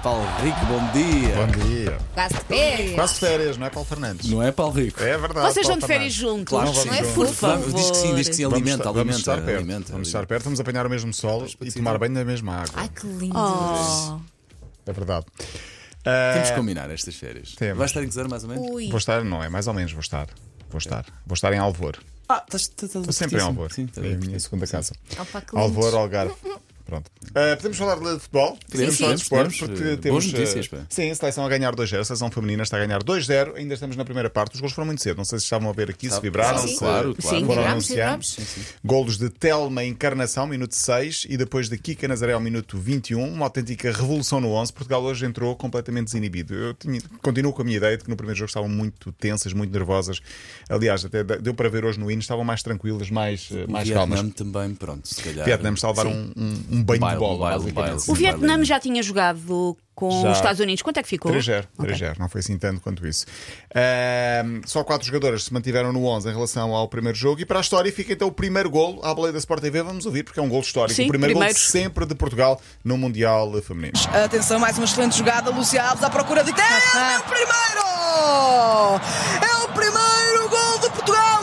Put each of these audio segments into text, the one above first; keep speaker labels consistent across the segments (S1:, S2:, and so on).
S1: Paulo Rico, bom dia.
S2: Bom dia.
S3: Quase de férias.
S2: Quase de férias, não é, Paulo Fernandes?
S1: Não é, Paulo Rico?
S2: É verdade.
S4: Vocês
S2: Paulo
S4: vão de
S2: Fernandes.
S4: férias juntos,
S2: Claro, vamos
S4: não é?
S2: juntos.
S4: Por
S2: Vamos-
S4: favor.
S1: Diz que sim, diz que sim,
S2: Vamos
S1: alimenta,
S2: estar-
S1: alimenta.
S2: vamos estar perto.
S1: alimenta,
S2: vamos estar
S1: alimenta.
S2: perto, vamos apanhar o mesmo sol e tomar banho na mesma água.
S3: Ai, que lindo.
S4: Oh.
S2: É verdade.
S1: Temos que
S2: Ah,
S1: combinar estas férias.
S2: Temos.
S1: Vais estar em que zona, mais ou
S4: Oh.
S1: menos?
S3: Ui.
S2: Vou estar, não é? Mais ou menos vou estar. Vou estar. Vou estar em Alvor.
S1: Ah, estás, estás, estás
S2: Estou sempre em
S1: pertíssimo.
S2: Alvor.
S1: Sim,
S2: é
S1: estás
S2: a
S1: bem.
S2: minha segunda casa.
S3: Opa, que lindo.
S2: Alvor, Algarve. Pronto. Ah, podemos falar de futebol? podemos falar de
S1: sim,
S2: desporto,
S1: podemos.
S2: porque
S1: Eh, boas
S2: temos.
S1: notícias, pá.
S2: ah, sim, a seleção a ganhar 2-0, a seleção feminina está a ganhar 2-0. Ainda estamos na primeira parte, os gols foram muito cedo. Não sei se estavam a ver aqui, se vibraram,
S3: Sim,
S2: se
S1: claro, claro.
S3: Sim,
S2: foram
S3: vibramos,
S2: anunciando.
S3: vibramos.
S2: Golos de Telma Encarnação, minuto 6, e depois de Kika Nazaré ao minuto 21, uma autêntica revolução no 11. Portugal hoje entrou completamente desinibido. Eu tinha- continuo com a minha ideia de que no primeiro jogo estavam muito tensas, muito nervosas. Aliás, até de- deu para ver hoje no hino, estavam mais tranquilas, mais, eh,
S1: O
S2: mais
S1: Vietnã
S2: calmas.
S1: também, pronto, se calhar.
S2: Vietnã me salvaram um, um- um banho
S1: Baile,
S2: de bola,
S1: baile,
S2: basicamente.
S4: O
S1: baile.
S4: Vietnã já tinha jogado com
S2: Já.
S4: os Estados Unidos. Quanto é que ficou?
S2: 3-0, 3-0, não foi assim tanto quanto isso. Ahm, só quatro jogadoras se mantiveram no 11 em relação ao primeiro jogo. E para a história fica então o primeiro golo à boleia da Sport TV. Vamos ouvir, porque é um golo histórico.
S4: Sim,
S2: o primeiro golo
S4: primeiro.
S2: sempre de Portugal no Mundial Feminino.
S5: Atenção, mais uma excelente jogada. Lucia Alves à procura de. É o primeiro! É o primeiro gol de Portugal!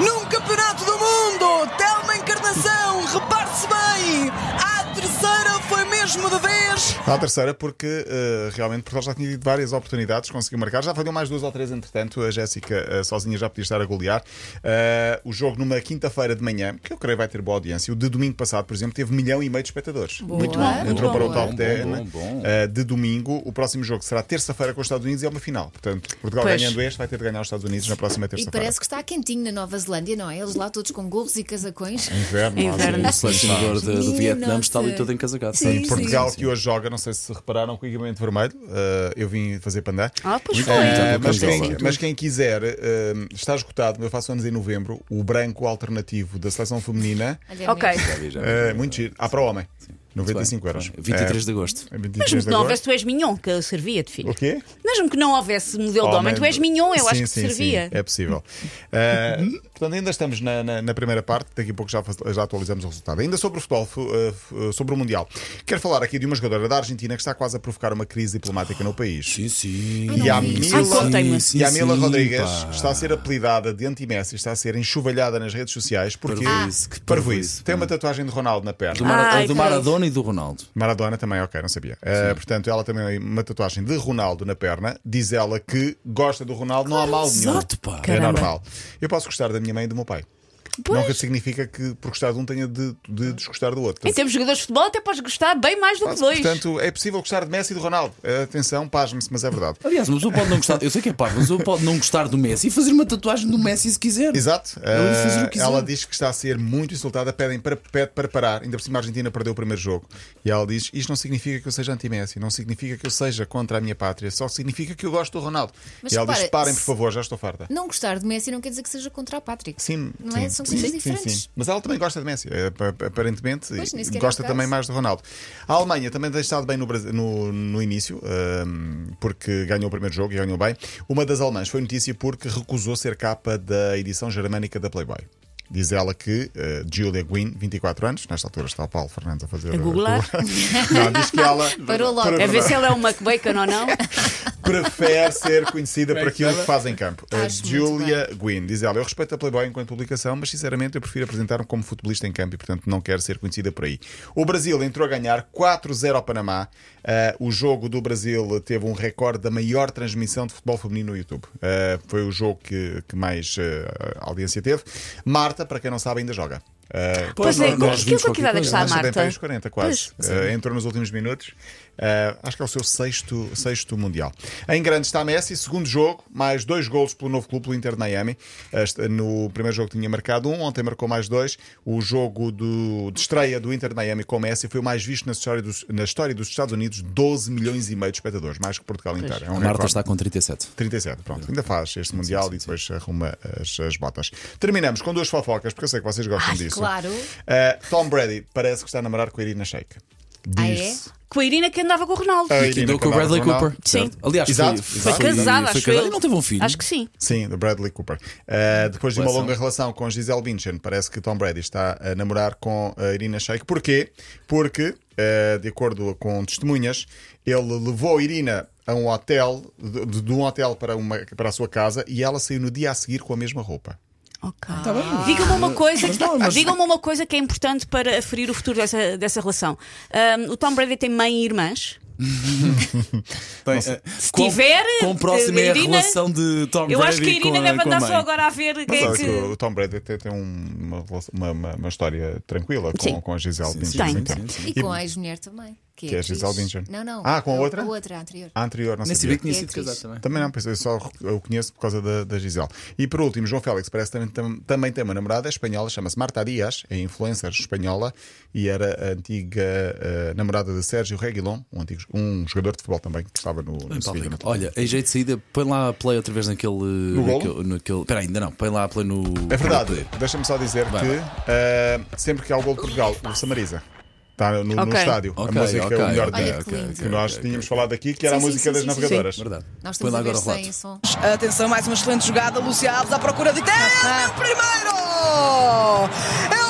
S5: Num campeonato do mundo! Telma Encarnação, repare-se bem! A terceira foi mesmo de vez!
S2: À terceira, porque eh, realmente Portugal já tinha tido várias oportunidades, conseguiu marcar, já falhou mais duas ou três, entretanto, a Jéssica eh, sozinha já podia estar a golear. Eh, o jogo numa quinta-feira de manhã, que eu creio vai ter boa audiência, o de domingo passado, por exemplo, teve milhão e meio de espectadores. Muito bom. Entrou
S1: Boa.
S2: para o top
S1: Bom,
S2: 10
S1: bom, bom.
S2: eh, de domingo. O próximo jogo será terça-feira com os Estados Unidos e é uma final. Portanto, Portugal
S4: Pois.
S2: ganhando este vai ter de ganhar os Estados Unidos na próxima
S3: E
S2: terça-feira.
S3: parece que está quentinho na Nova Zelândia, não é? Eles lá todos com gorros e casacões.
S2: Inverno,
S4: Inverno.
S2: lá,
S1: O selecionador de- do
S3: Minha
S1: Vietnã está ali
S3: nossa.
S1: todo encasacado.
S2: Sim, Portugal que hoje joga, não sei se repararam, com equipamento vermelho. eh, eu vim fazer pandar.
S4: Ah, pois
S1: Muito
S4: foi.
S1: bem, então.
S2: Eh, mas,
S1: Sim,
S2: quem,
S1: sim.
S2: mas quem quiser, eh, está esgotado. Eu faço anos em novembro. O branco alternativo da seleção feminina.
S3: Olha, é
S4: Ok.
S3: mesmo.
S1: Sim, já-
S2: eh, muito É. giro. Há para o homem. 95
S1: Muito
S2: euros.
S1: bem. 23 de agosto.
S2: Eh, 23
S4: Mesmo
S2: de
S4: que não
S2: agosto.
S4: houvesse tu és mignon, que eu servia de filho.
S2: O quê?
S4: Mesmo que não houvesse modelo de homem, tu és mignon, eu
S2: Oh. Sim,
S4: acho que
S2: sim,
S4: servia.
S2: sim, é possível. Eh, portanto, ainda estamos na, na- na primeira parte, daqui a pouco já, fa- já atualizamos o resultado. Ainda sobre o futebol, fu- eh, fu- sobre o Mundial. Quero falar aqui de uma jogadora da Argentina que está quase a provocar uma crise diplomática no país.
S1: Sim, sim.
S2: E há
S3: vi.
S2: Mila,
S4: Ai, contem-me.
S1: Sim,
S2: e a
S1: sim,
S2: Mila
S1: pá.
S2: Rodrigues está a ser apelidada de anti-Messi, está a ser enxovalhada nas redes sociais porque
S1: Parvoíce, que parvoíce,
S2: Tem
S1: pá.
S2: uma tatuagem de Ronaldo na
S1: Do,
S2: perna.
S1: Mara-
S4: Ai,
S1: do
S4: cara.
S1: Maradona e do Ronaldo.
S2: Maradona também, ok, não sabia. Eh, portanto, ela também uma tatuagem de Ronaldo na perna. Diz ela que gosta do Ronaldo, não há mal nenhum.
S1: Exato, pá.
S2: É
S4: Caramba.
S2: normal. Eu posso gostar da minha mãe e do meu pai. Nunca significa que por gostar de um tenha de, de desgostar do outro.
S4: Em termos de jogadores de futebol, até podes gostar bem mais do que dois.
S2: Portanto, é possível gostar de Messi e do Ronaldo. Eh, Atenção, pasme-se, mas é verdade.
S1: Aliás, uma pessoa pode não gostar. Eu sei que é parvo, mas uma pessoa pode não gostar do Messi e fazer uma tatuagem do Messi se quiser.
S2: Exato.
S1: Ela
S2: Eh,
S1: fez o que quiser.
S2: ela diz que está a ser muito insultada, pedem para, pede para parar. Ainda por cima a Argentina perdeu o primeiro jogo. E ela diz: Isto não significa que eu seja anti-Messi, não significa que eu seja contra a minha pátria, só significa que eu gosto do Ronaldo.
S3: Mas
S2: e ela diz:
S3: repara,
S2: Parem, por
S3: se-
S2: favor, já estou farta.
S3: Não gostar de Messi não quer dizer que seja contra a Patrick.
S2: Sim,
S3: Não
S2: sim,
S3: é? São
S2: sim,
S3: coisas
S2: sim,
S3: diferentes.
S2: sim. Mas ela também gosta de Messi, eh, ap- ap- aparentemente,
S3: Pois, nem
S2: e
S3: sequer é
S2: gosta
S3: o caso.
S2: também mais do Ronaldo. A Alemanha também tem estado bem no, Brasi- no, no início, ahm, porque ganhou o primeiro jogo e ganhou bem. Uma das alemãs foi notícia porque recusou ser capa da edição germânica da Playboy. Diz ela que eh, Julia Gwynn, 24 anos, nesta altura está o Paulo Fernandes a fazer.
S4: A googlar?
S2: Não, diz que ela
S3: Parou logo.
S4: A ver se ele é um McBacon ou não.
S2: prefere ser conhecida por aquilo que faz em campo. A
S3: Acho muito
S2: Julia Gwynn diz ela: Eu respeito a Playboy enquanto publicação, mas sinceramente eu prefiro apresentar-me como futebolista em campo e, portanto, não quero ser conhecida por aí. O Brasil entrou a ganhar 4-0 ao Panamá. Ah, o jogo do Brasil teve um recorde da maior transmissão de futebol feminino no YouTube. Ah, foi o jogo que, que mais ah, audiência teve. Marta, para quem não sabe, ainda joga. Ah,
S4: Pois
S1: Nós-
S4: é,
S1: nós
S4: que-
S1: vimos
S4: que
S1: qualquer
S4: quantidade
S1: coisa.
S4: é que está a
S2: mas já tem para
S4: Marta?
S2: os 40, quase. Eh, entrou nos últimos minutos. Eh, acho que é o seu sexto, sexto Mundial. Em grande está Messi, segundo jogo, mais dois golos pelo novo clube, pelo Inter de Miami. Este- no primeiro jogo tinha marcado um, ontem marcou mais dois. O jogo do, de estreia do Inter de Miami com Messi foi o mais visto na história dos, na história dos Estados Unidos: 12 milhões e meio de espectadores, mais que Portugal inteiro. É um
S1: A Marta
S2: recorde.
S1: está com 37.
S2: 37, pronto, ainda faz este Mundial e depois arruma as, as botas. Terminamos com duas fofocas, porque eu sei que vocês gostam
S3: Ai,
S2: disso. Eh,
S3: claro.
S2: Uh, Tom Brady parece que está a namorar com a Irina Shayk.
S3: Ah, é?
S2: Diz-se.
S4: Com a Irina que andava com o Ronaldo.
S2: Ah,
S1: Andou com o Bradley Cooper.
S4: Sim.
S1: certo? Aliás, foi-
S2: Exato,
S1: foi,
S2: exato.
S4: Foi casada,
S1: foi
S4: acho
S1: casada
S4: eu.
S1: e não teve um filho.
S4: Acho que sim.
S2: Sim, do Bradley Cooper. Uh, depois de uma
S1: Relação.
S2: longa relação com Gisele Bündchen, parece que Tom Brady está a namorar com a Irina Shayk. Porquê? Porque, uh, de acordo com testemunhas, ele levou a Irina a um hotel, de, de- de um hotel para, uma, para a sua casa, e ela saiu no dia a seguir com a mesma roupa.
S4: Ok.
S1: bem.
S4: Digam-me uma coisa,
S1: Mas Ah, não, mas-
S4: digam-me uma coisa que é importante para aferir o futuro dessa, dessa relação. Ahm, o Tom Brady tem mãe e irmãs.
S1: Tem, eh,
S4: tiver,
S1: Quão próxima
S4: eh,
S1: é a
S4: Irina-
S1: relação de Tom
S4: Eu
S1: Brady
S4: acho que a Irina
S1: com
S4: deve
S1: com a
S4: andar só
S1: mãe.
S4: agora a ver
S2: Mas
S4: quem é
S2: olha
S4: que.
S2: que o Tom Brady até tem um- uma, relação- uma, uma- uma história tranquila com,
S4: Sim.
S2: com a Gisele Bündchen.
S4: sim,
S2: sim,
S4: tem.
S2: tem.
S3: E com a ex-mulher também.
S2: Que é a
S3: atriz.
S2: Gisele Bündchen.
S3: Não, não.
S2: Ah, com a outra? Ah.
S3: A outra, a anterior.
S2: A anterior, não
S1: Nem sabia Tá.
S2: sabia.
S1: que tinha
S3: É
S1: sido
S3: atriz.
S1: casado também.
S2: Também não, pois eu só o conheço por causa da, da Gisele. E por último, João Félix parece que também, tam- também tem uma namorada espanhola, chama-se Marta Dias, é influencer espanhola e era a antiga eh, namorada de Sérgio Reguilon, um, antigo, um jogador de futebol também que estava no, no
S1: Pá,
S2: Sevilha.
S1: Rico, Olha, em jeito de saída, põe lá a play outra vez naquele. No
S2: golo?
S1: naquele, naquele Pera, ainda não, põe lá a play no.
S2: É verdade,
S1: Play.
S2: deixa-me só dizer
S1: Vai,
S2: que eh, sempre que há o gol de Portugal, o Samariza está no, no
S4: Ok.
S2: estádio.
S1: Ok,
S2: a música
S1: ok,
S2: é o melhor
S1: ok,
S2: tempo.
S1: ok, ok,
S2: que nós
S1: ok.
S2: tínhamos falado aqui, que era
S3: Sim,
S2: a
S3: sim,
S2: música
S3: sim,
S2: das
S3: sim, sim.
S2: navegadoras.
S1: Verdade.
S3: Nós
S1: põe
S3: estamos
S1: lá
S3: a
S1: agora
S3: ver
S1: o relato.
S3: sem som.
S5: Atenção, mais uma excelente jogada. Lúcia Alves à procura de tempo. Primeiro! É